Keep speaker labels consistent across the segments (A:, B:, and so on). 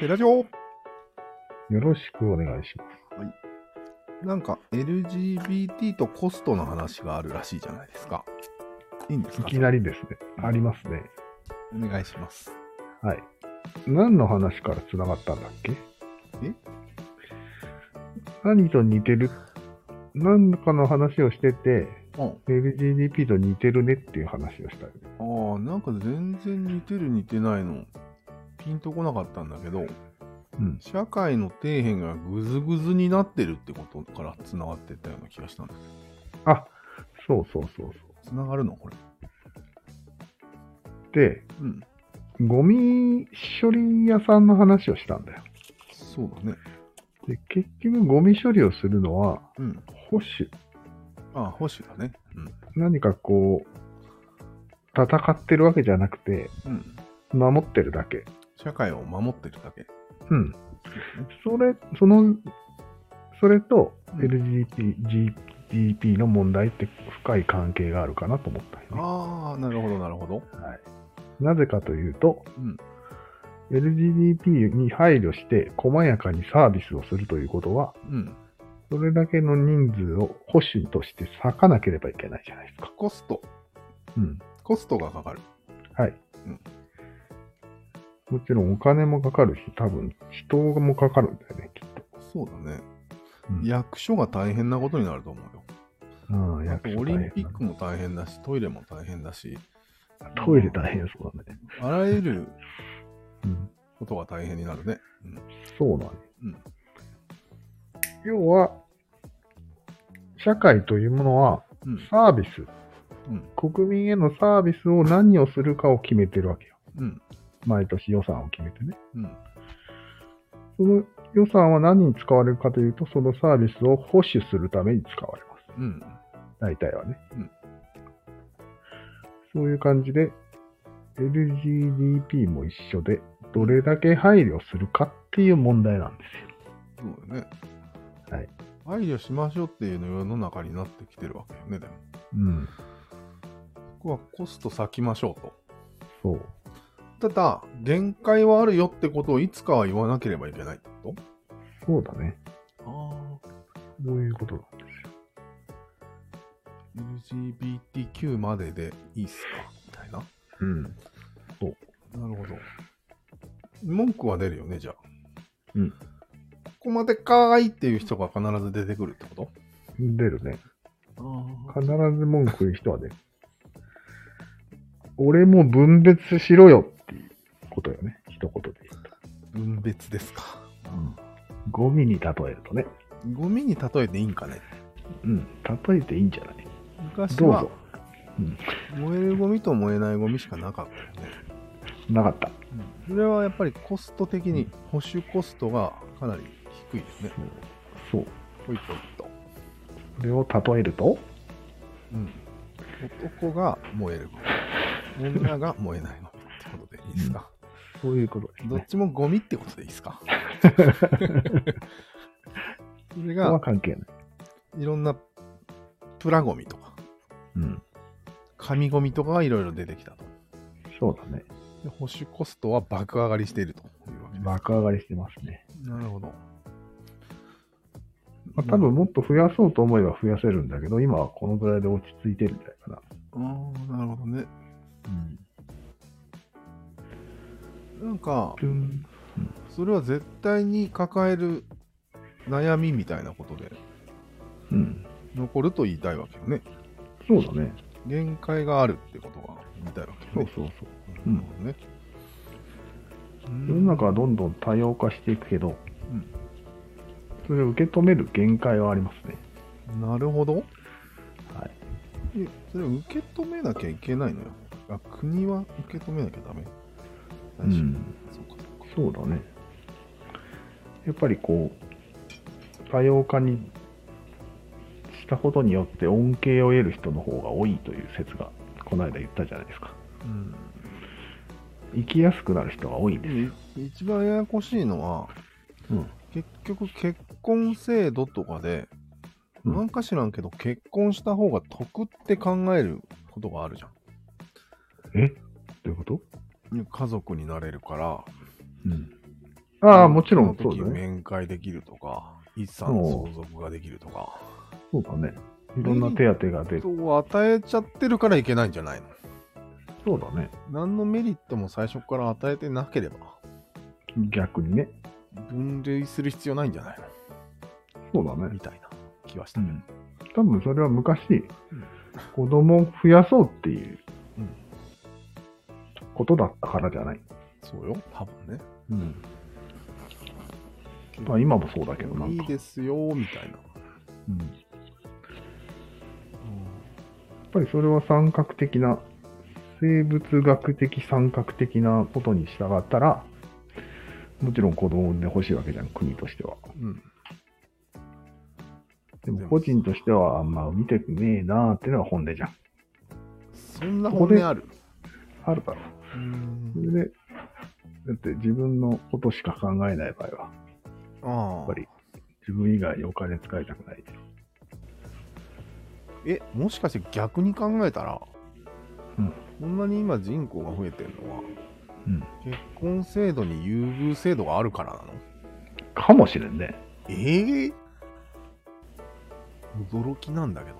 A: ペラジオ
B: よろしくお願いします。
A: なんか LGBT とコストの話があるらしいじゃないですか。いいんです
B: い
A: か
B: きなりですね。ありますね。
A: お願いします。
B: はい。何の話から繋がったんだっけ
A: え
B: 何と似てる何かの話をしてて、
A: うん。
B: LGBT と似てるねっていう話をしたよね。
A: ああ、なんか全然似てる似てないの、ピンとこなかったんだけど、
B: うん。
A: 社会の底辺がぐずぐずになってるってことから繋がってったような気がしたんだけど。
B: あ、そうそうそうそ
A: 繋がるのこれ。
B: う。で、
A: うん。
B: ゴミ処理屋さんの話をしたんだよ。
A: そうだね。
B: で、結局ゴミ処理をするのは
A: うん。
B: 保守。
A: ああ、保守だね。
B: 何かこう、戦ってるわけじゃなくて、
A: うん。うん。
B: 守ってるだけ。
A: 社会を守ってるだけ。
B: うん。それ、その、それと
A: うん
B: LGBT、GDP の問題って深い関係があるかなと思ったよね。
A: ああ、なるほど、なるほど。
B: なぜかというと、
A: うん。
B: LGBT に配慮して細やかにサービスをするということは、
A: うん。
B: それだけの人数を保守として割かなければいけないじゃないですか。
A: コスト。
B: うん。
A: コストがかかる。
B: はい。
A: うん
B: もちろんお金もかかるし、多分人もかかるんだよね、きっと。
A: そうだね。
B: うん
A: 役所が大変なことになると思うよ。
B: うん、
A: あと
B: 役所
A: オリンピッ
B: 大
A: クも大変だし、トイレも大変だし、
B: 変だトイレ大変そうだね。
A: あらゆる
B: うん、
A: ことが大変になるね。
B: そうなの、
A: うん
B: 要は、社会というものは
A: うん。
B: サービス、
A: うん。
B: 国民へのサービスを何をするかを決めてるわけよ。
A: うん。
B: 毎年予算を決めてね。
A: うん。
B: その予算は何に使われるかというと、そのサービスを保守するために使われます。
A: うん。
B: 大体はね。
A: うん
B: そういう感じで、LGDP も一緒で、どれだけ配慮するかっていう問題なんですよ。
A: そうだよね。
B: はい。
A: 配慮しましょうっていうの世の中になってきてるわけよね、でも。
B: うん。
A: ここはコスト割きましょうと。
B: そう。
A: ただ、限界はあるよってことをいつかは言わなければいけないってこ
B: そうだね。
A: とああ。
B: そういうことなんですよ。
A: LGBTQ まででいいっすかみたいな。
B: うん。
A: なるほど。文句は出るよね、じゃあ。
B: うん
A: ここまでかーいっていう人が必ず出てくるってこと
B: 出るね。
A: あ
B: 必ず文句言う人はね、俺も分別しろよっていうことよね。一言で言うと。
A: 分別ですか。
B: ゴミに例えるとね。
A: ゴミに例えていいんかね
B: うん。例えていいんじゃない
A: 昔
B: どう
A: は
B: ぞ。
A: 燃えるゴミと燃えないゴミしかなかったよね。
B: なかった。
A: それはやっぱりコスト的に保守コストがかなり低いですね。
B: そう。
A: ほいほいと。
B: それを例えると
A: うん。男が燃えるゴミ。女が燃えないゴミってことでいいですか。
B: そういうことです
A: どっ
B: ね。
A: ちもゴミってことでいいです かそれ
B: それは
A: が
B: 関係ない。
A: いろんなプラゴミとか
B: うん。
A: 紙ゴミとかがいろいろ出てきたと。
B: そうだね。
A: で保守コストは爆上がりしているというわけです。
B: 爆上がりしてますね。
A: なるほど。
B: まあ、多分もっと増やそうと思えば増やせるんだけど、今はこのぐらいで落ち着いてるんじゃないかな。
A: うん。ああ、なるほどね。
B: うん。
A: なんか、
B: ピュン。
A: それは絶対に抱える悩みみたいなことで
B: うん。
A: 残ると言いたいわけよね。
B: そうだね。
A: 限界があるってことが言いたいわけよね。
B: そうそうそう。
A: なるほどね。
B: 世の中はどんどん多様化していくけど、
A: うん
B: それを受け止める限界はありますね。
A: なるほど。
B: はい。
A: えそれを受け止めなきゃいけないのよ。あ、国は受け止めなきゃダメ。
B: う。ん。
A: そうかそうか。
B: そうだね。やっぱりこう、多様化にしたことによって恩恵を得る人の方が多いという説が、この間言ったじゃないですか。
A: うん。
B: 生きやすくなる人が多いん
A: で
B: です。
A: もい一番ややこしいのは、
B: うん。
A: 結局結婚制度とかで、
B: うん
A: なんか知らんけど、結婚した方が得って考えることがあるじゃ
B: えどういうこと
A: ん。家族になれるから、
B: うん。ああ、もちろん
A: そ
B: そ
A: の
B: う
A: 時
B: だね。
A: 面会できるとか、一さんの相続ができるとか。
B: そうだね。いろんな手当てが出る。
A: 人を与えちゃってるからいけないんじゃないの
B: そうだね。
A: 何のメリットも最初から与えてなければ、
B: 逆にね。
A: 分類する必要ないんじゃない
B: そうだ
A: の
B: ね。
A: みたいな気はし
B: う
A: たね。
B: ん。多分それは昔、子供を増やそうっていう
A: うん
B: ことだったからじゃない。
A: そうよ、多分ね。
B: うん。まあ今もそうだけど、なん
A: い
B: か
A: い。ですよ、みたいな。
B: うんやっぱりそれは三角的な、生物学的三角的なことに従ったら、もちろん子供を産んでほしいわけじゃん、国としては。
A: うん。
B: でも個人としてはあんま見てくねえなーってのが本音じゃん。
A: そんな本音ある。
B: あるだろ。
A: うん
B: それで、だって自分のことしか考えない場合は、
A: あ
B: やっ
A: あ
B: ぱ。り自分以外にお金使いたくないじゃん。
A: え、もしかして逆に考えたら、
B: うん
A: こんなに今人口が増えてるのは、
B: うん
A: 結婚制度に優遇制度があるからなの
B: かもしれんね。
A: ええ驚きなんだけど。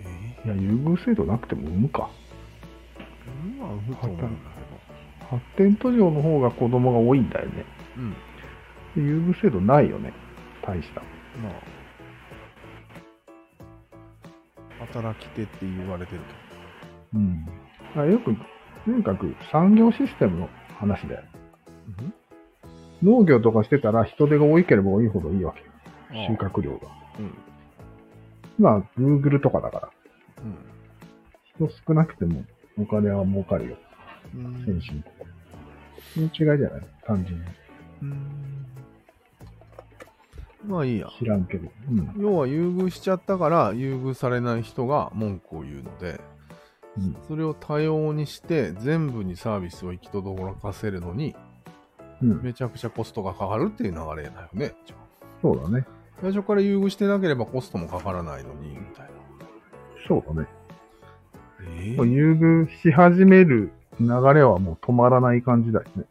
A: え
B: いや、優遇制度なくても産むか。
A: え今はふと思うんだけど。
B: 発展途上の方が子供が多いんだよね。
A: うん。
B: で優遇制度ないよね。大した。
A: まあ。働き手って言われてる
B: うん。あよく、とにかく産業システムの話だよ。
A: けど。
B: 農業とかしてたら人手が多いければ多いほどいいわけよ。
A: ああ
B: 収穫量が。
A: うん。
B: 今、Google とかだから、
A: うん。
B: 人少なくてもお金は儲かるよ。
A: うん
B: 先進国。その違いじゃない単純に。
A: うんまあいいや。
B: 知らんけど。うん。
A: 要は優遇しちゃったから優遇されない人が文句を言うので、
B: うん
A: それを多様にして全部にサービスを行き届かせるのに
B: うん。
A: めちゃくちゃコストがかかるっていう流れだよね。じゃあ
B: そうだね。
A: 最初から優遇してなければコストもかからないのにみたいな。
B: そうだね。
A: え
B: もう優遇し始める流れはもう止まらない感じだよね。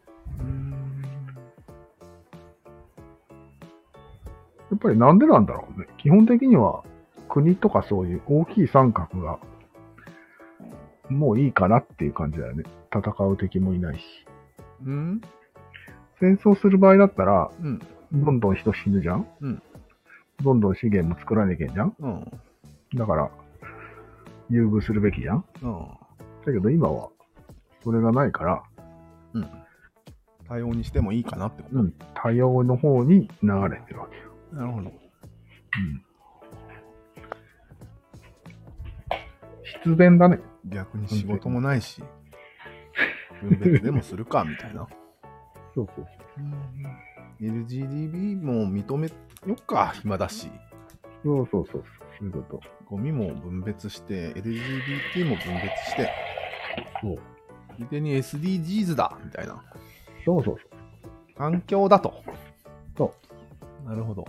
B: やっぱりなんでなんだろうね。基本的には国とかそういう大きい三角がもういいかなっていう感じだよね。戦う敵もいないし。
A: うん
B: 戦争する場合だったら、
A: うん
B: どんどん人死ぬじゃん、
A: うん
B: どんどん資源も作らなきゃいけんじゃん
A: うん
B: だから、優遇するべきじゃん
A: うん
B: だけど今は、それがないから、
A: うん。多様にしてもいいかなってこと。
B: うん、多様の方に流れてるわけよ。
A: なるほど。
B: うん。必然だね。
A: 逆に仕事もないし、 分別でもするかみたいな。
B: そうそう
A: LGDB も認めよっか、暇だし。
B: そう。そうそうそう。そういうこと。
A: ゴミも分別して、LGBT も分別して、
B: そう
A: ついでに SDGs だみたいな。
B: そうそうそ
A: 環境だと。。
B: そう
A: なるほど。
B: う。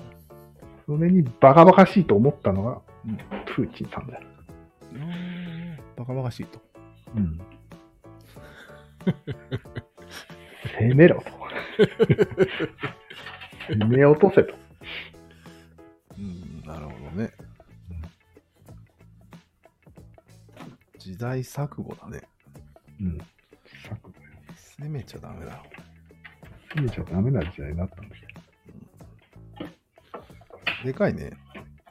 B: それにバカバカしいと思ったのが、
A: うん
B: プーチンさんだよ。
A: バカバカしいと。
B: うん。攻めろと。攻め落とせ と。
A: うん、なるほどね。時代錯誤だね。
B: うん。策
A: 攻めちゃダメだろ。
B: 攻めちゃダメな時代になったんだけ
A: でかいね。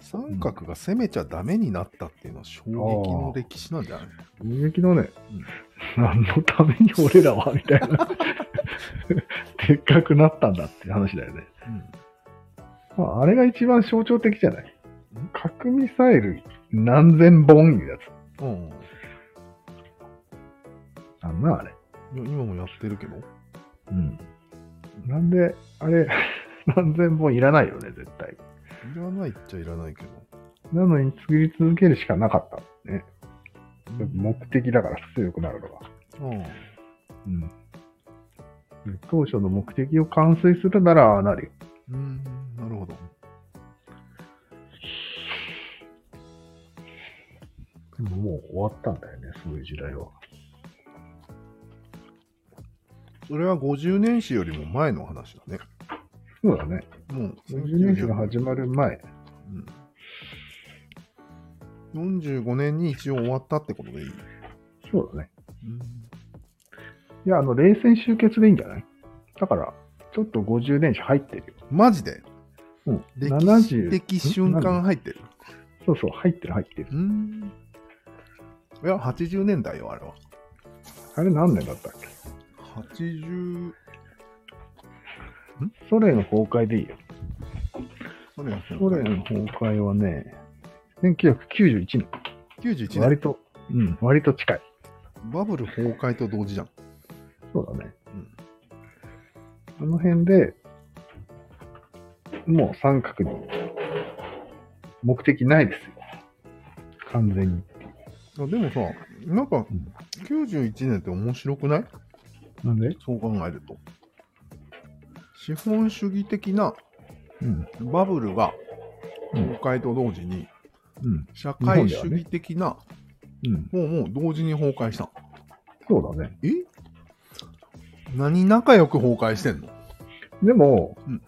A: 三角が攻めちゃダメになったっていうのは衝撃の歴史なんじゃない
B: ど。攻撃のね、何のために俺ら はみたいな。でっかくなったんだっていう話だよね。まあ、あれが一番象徴的じゃない核ミサイル何千本いうやつ。
A: うん。うん。
B: なんな、あれ。
A: いや今もやってるけど。
B: うん。なんで、あれ、 何千本いらないよね、絶対。
A: いらないっちゃいらないけど。
B: なのに作り続けるしかなかった。目的だから強くなるのが。
A: うん。
B: うん。当初の目的を完遂するならああなるよ。
A: うん、なるほど。
B: でももう終わったんだよね、そういう時代は。
A: それは50年史よりも前の話だね。
B: そうだね。
A: もう
B: 50年史が始まる前。
A: うん、45年に一応終わったってことでいい。
B: そうだね。いや、あの、冷戦終結でいいんじゃないだから、ちょっと50年史入ってるよ。
A: マジで
B: うん。
A: 歴史
B: 70
A: 的瞬間入ってる。
B: そうそう、入ってる入ってる。
A: うん。いや、80年代よ、あれは。
B: あれ何年だったっけ
A: 80、
B: ソ連の崩壊でいいよ。
A: それが
B: ソ連の崩壊はね、1991年。
A: 91
B: 割
A: 年。
B: と、うん、割と近い。
A: バブル崩壊と同時じゃん。
B: そうだね。あの辺で、もう三角に、目的ないですよ。完全に。
A: うん、でもさ、なんか
B: ん、
A: 91年って面白くない
B: なんで
A: そう考えると。資本主義的な
B: うん。
A: バブルが
B: うん
A: 崩壊と同時に、
B: うん。
A: 社会主義的な、
B: うん。
A: もうもう同時に崩壊した。
B: そうだね。
A: え何仲良く崩壊してんの
B: でも、
A: うん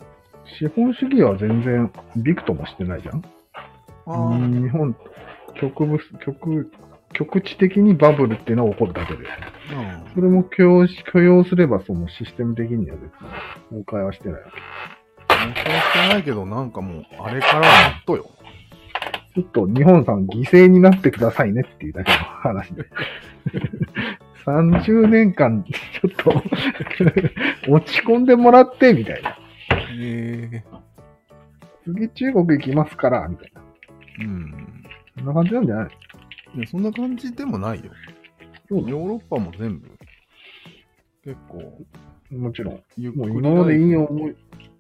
B: 資本主義は全然びくともしてないじゃん。
A: あー
B: 日本、局部、局、局地的にバブルっていうのは起こるだけで。
A: あ
B: それも許容し許容すれば、そのシステム的には別に崩壊はしてないわけ。
A: ー。面白くないけど、なんかもう、あれからやっとよ。
B: ちょっと日本さん犠牲になってくださいねっていうだけの話 で。30年間、ちょっと、 落ち込んでもらって、みたいな。
A: へえ。
B: 次中国行きますから、みたいな。
A: うん。
B: そんな感じなんじゃない
A: いや、そんな感じでもないよ。
B: そ
A: ヨ
B: うだ
A: ーロッパも全部、結構、
B: もちろん。
A: ゆっく
B: もう
A: り
B: 今までいい思い、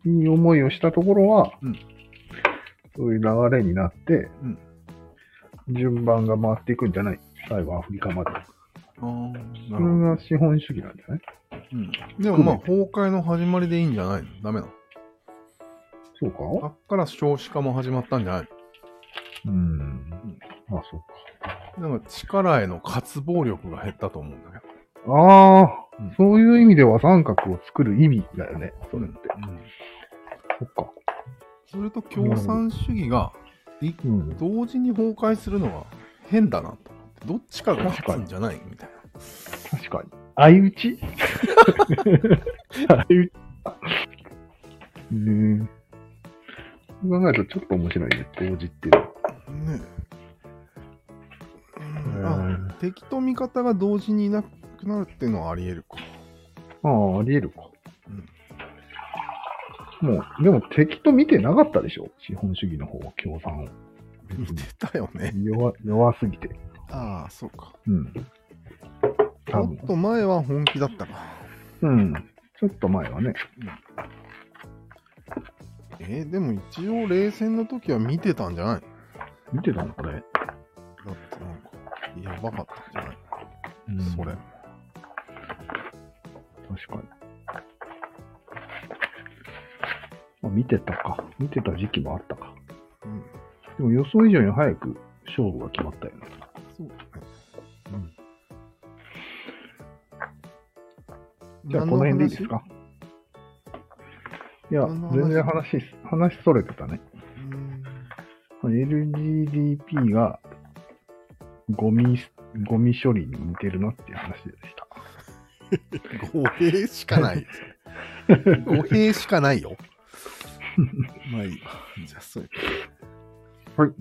B: いい思いをしたところは、
A: うん
B: そういう流れになって、
A: うん
B: 順番が回っていくんじゃない最後アフリカまで。
A: あー
B: そ
A: な
B: れ
A: るほど
B: が資本主義なんじゃない
A: うん。でもまあ、崩壊の始まりでいいんじゃないのダメなの。
B: そうか
A: あっから少子化も始まったんじゃない
B: うん。あ、そうか。
A: のなんか力への渇望力が減ったと思うんだけど。
B: ああ、
A: うん
B: そういう意味では三角を作る意味だよね。それって。
A: うん。
B: そっか。
A: それと共産主義が
B: うん。
A: 同時に崩壊するのが変だなと思って。どっちかが勝つんじゃないみたいな。
B: 確かに。相打ち 相打ち。ねえ。考えるとちょっと面白いね。同時っていうのは。
A: ねえ。うん
B: へ
A: あ敵と味方が同時にいなくなるっていうのはあり得るか。
B: ああ、あり得るか。もう、でも敵と見てなかったでしょ資本主義の方は共産を。
A: 見てたよね。
B: 弱弱すぎて。
A: ああ、そうか。
B: うん。多
A: も
B: 分
A: っと前は本気だったか。
B: うん。ちょっと前はね。
A: えーでも一応冷戦の時は見てたんじゃない
B: 見てたのこれ。
A: だってなんか、やばかったんじゃない、それ。。
B: 確かに。まあ、見てたか。見てた時期もあったか。
A: うん。
B: でも予想以上に早く勝負が決まったよね。
A: そうだね。うん。
B: じゃあ、この辺でいいですかいや、
A: 何の話
B: 全然話す、話それてたね。
A: 何の話
B: LGBT がゴミ、ゴミ処理に似てるなっていう話でした。
A: うーん語弊しか ない。語弊しかないよ。まあいいわ。じゃあ、そう
B: はい。